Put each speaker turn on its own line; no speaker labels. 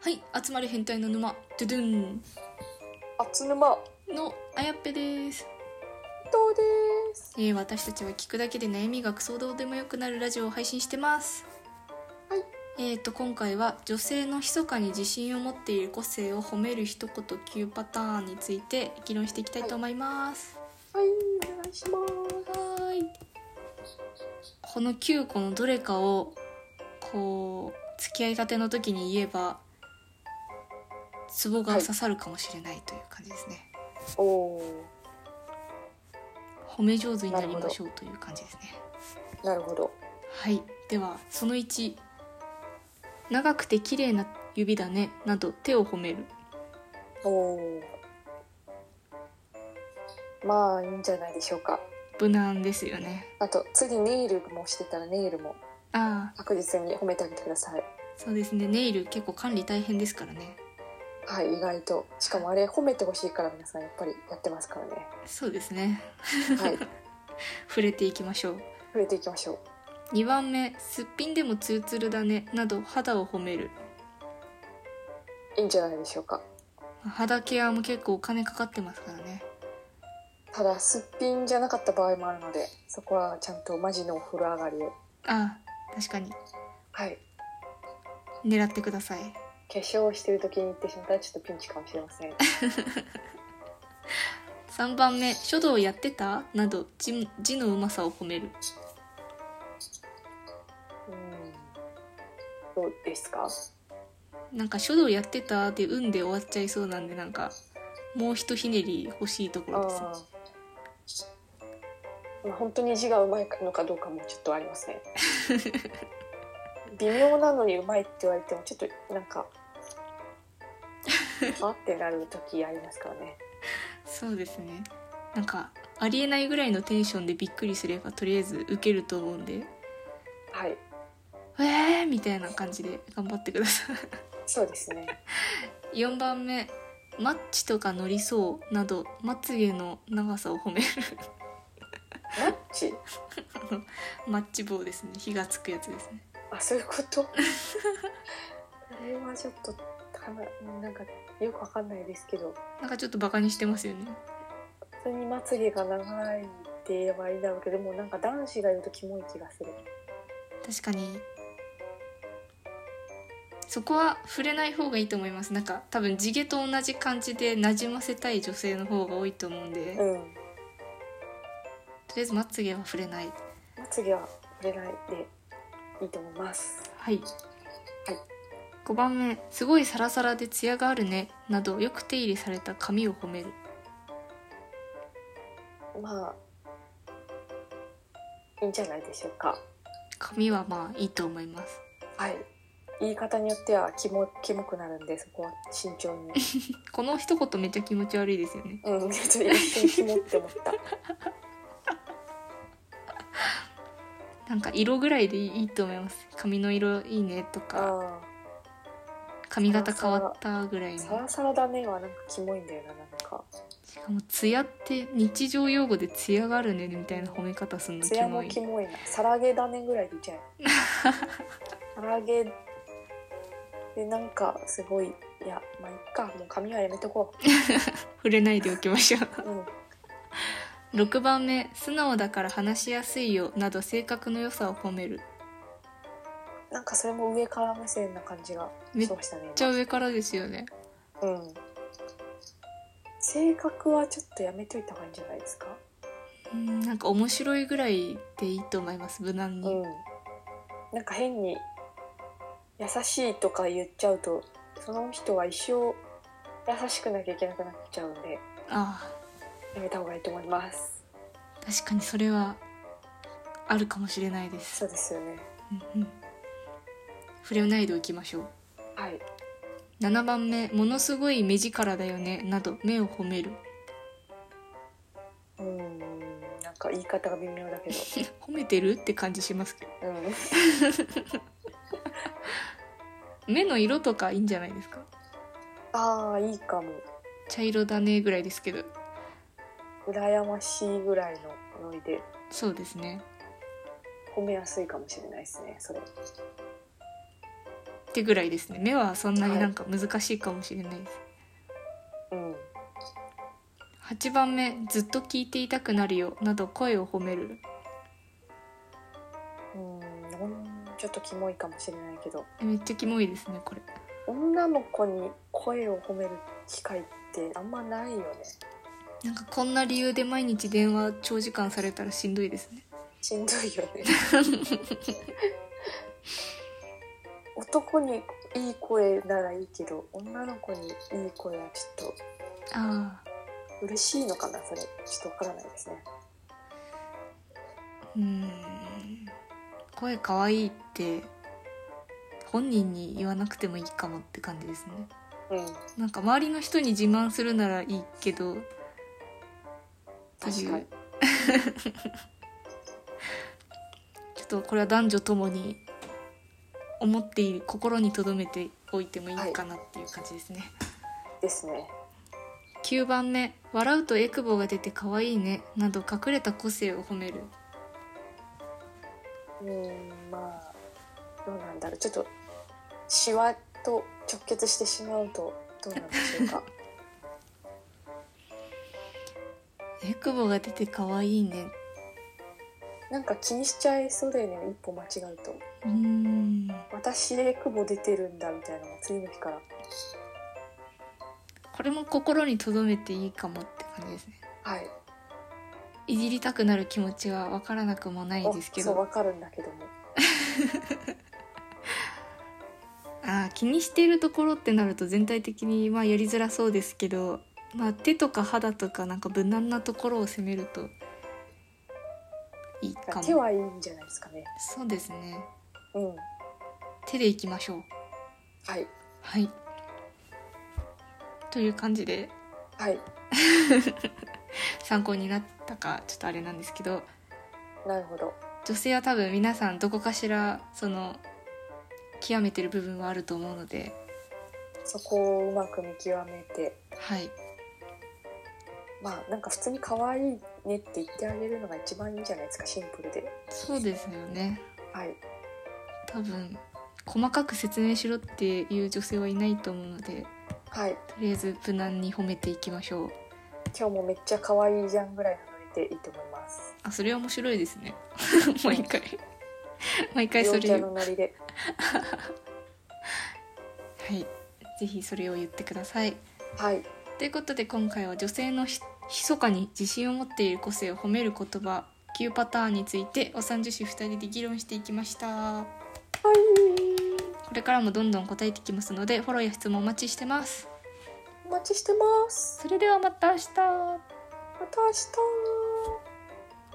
はい集まれ変態の沼ドゥドゥン
あつぬま
のあやっぺです、
どうです
えー私たちは聞くだけで悩みがクソどうでもよくなるラジオを配信してます
はい
えー、と今回は女性の密かに自信を持っている個性を褒める一言9パターンについて議論していきたいと思います
はいお願いします
はーいこの9個のどれかをこう付き合いたての時に言えばツボが刺さるかもしれないという感じですね、
おお
褒め上手になりましょうという感じですね
ーなるほど
はいではその1長くて綺麗な指だねなど手を褒める
おおまあいいんじゃないでしょうか
無難ですよね
あと次ネイルもしてたらネイルも
ああ
確実に褒めてあげてください
そうですねネイル結構管理大変ですからね
はい意外としかもあれ褒めてほしいから皆さんやっぱりやってますからね
そうですね
はい
触れていきましょう
触れていきましょう
2番目すっぴんでもツルツルだねなど肌を褒める
いいんじゃないでしょうか
肌ケアも結構お金かかってますからね
ただすっぴんじゃなかった場合もあるのでそこはちゃんとマジのお風呂上がりを
ああ確かに
はい
狙ってください
化粧をしてる時に行ってしまったらちょっとピンチかもしれません
3番目書道やってたなど字字のうまさを褒める
うんどうですか
なんか書道やってたで運で終わっちゃいそうなんでなんかもうひとひねり欲しいとこ
あ
ろですね
あまあ本当に字がうまいのかどうかもちょっとありますね 微妙なのにうまいって言われてもちょっとなんかあってなる時ありますからね
そうですねなんかありえないぐらいのテンションでびっくりすればとりあえず受けると思うんで
はい
「えー!」みたいな感じで頑張ってくださ
そうですね
い4番目「マッチとか乗りそう」などまつげの長さを褒める
マッチ
あのマッチ棒ですね火がつくやつですね
あそういうことこれはちょっとたななんかよくわかんないですけど
なんかちょっとバカにしてますよね
普通にまつげが長いって言えばいいんだろうけどでもなんか男子が言うとキモい気がする
確かにそこは触れない方がいいと思いますなんか多分地毛と同じ感じで馴染ませたい女性の方が多いと思うんで、
う
と
ん
りあえずまつげは触れない
まつげは触れないでいいと思います
はい、5番目「すごいサラサラでツヤがあるね」などよく手入れされた髪を褒める
まあいいんじゃないでしょうか
髪はまあいいと思います
はい言い方によってはキモキモくなるんでそこは慎重に
この一言めっちゃ気持ち悪いですよね
うん ちょっと一瞬キモって思った
なんか色ぐらいでいいと思います髪の色いいねとか
あ
髪型変わったぐらい
ー
の
サラサラだねはなんかキモいんだよななんか
しかも「ツヤ」って日常用語で「ツヤがあるね」みたいな褒め方すんの
ツ
キ
ヤ
モ
も
い
キモいなサラゲだねぐらいでいいじゃんサラゲでなんかすごいいやまあいっかもう髪はやめとこ
触れないでおきまし ょ
う、うん、
う6番目「素直だから話しやすいよ」など性格の良さを褒める
なんかそれも上から目線な感じが
めっ
しましたね
ちゃ上からですよね
今うん性格はちょっとやめといた方がいいんじゃないですか
うんなんか面白いぐらいでいいと思います無難
う
に、
んなんか変に優しいとか言っちゃうとその人は一生優しくなきゃいけなくなっちゃうんで
あ
やめた方がいいと思います
あ確かにそれはあるかもしれないで
そ
す、
うですよね
うんうん、触れないでおきましょう
はい
7番目「ものすごい目力だよね」など目を褒める
うーんなんか言い方が微妙だけど、
褒めてるって感じしますけど
うん、
目の色とかいいんじゃないですか
ああいいかも
茶色だねぐらいですけど
羨ましいぐらいのノリで
そうですね
褒めやすいかもしれないですねそれ
ってぐらいですね目はそんなになんか難しいかもしれないです、
うん
8番目「ずっと聞いていたくなるよ」など声を褒める
うんほんちょっとキモいかもしれないけど
めっちゃキモいですねこれ
女の子に声を褒める機会ってあんまないよね
なんかこんな理由で毎日電話長時間されたらしんどいですね
しんどいよね男にいい声ならいいけど女の子にいい声はちょっ
ああ
と嬉しいのかなそれちょっとわからないですね
うーん声かわいいって本人に言わなくてもいいかもって感じですね
うん
なんか周りの人に自慢するならいいけどとい
確
う
かに
ちょっとこれは男女ともに思っている心に留めておいてもいいかなっていう感じですね、
ですね
9番目「笑うとエクボが出て可愛いね」など隠れた個性を褒める
うんまあどうなんだろうちょっとシワと直結してしまうとどうなんでしょ うか
エクボが出て可愛いね
なんか気にしちゃいそうだよね一歩間違うと
うーん
私エクボ出てるんだみたいなのが次の日から
これも心に留めていいかもって感じですね
はい
いじりたくなる気持ちは分からなくもないですけ
そう
ど
わかるんだけども
あー気にしているところってなると全体的にまあやりづらそうですけど、まあ、手とか肌とかなんか無難なところを攻めるといいか
手
も
はいいんじゃないですかね
そうですね
うん
手でいきましょう
はい
はいという感じで
はい
参考になったかちょっとあれなんですけど
なるほど
女性は多分皆さんどこかしらその極めてる部分はあると思うので
そこをうまく見極めて
はい
まあなんか普通に可愛いねって言ってあげるのが一番いいんじゃないですかシンプルで
そうですよね
はい
多分細かく説明しろっていう女性はいないと思うので
はい
とりあえず無難に褒めていきましょう
今日もめっちゃ可愛いじゃんぐらいのでいいと思います
あそれは面白いですね 毎回毎回そ
陽
れ
キャ
言う
のなりで
はいぜひそれを言ってください
はい
ということで今回は女性のひ密かに自信を持っている個性を褒める言葉9パターンについてお三女子2人で議論していきました
はい
これからもどんどん答えていきますのでフォローや質問お待ちしてます
お待ちしてます
それではまた明日
また明日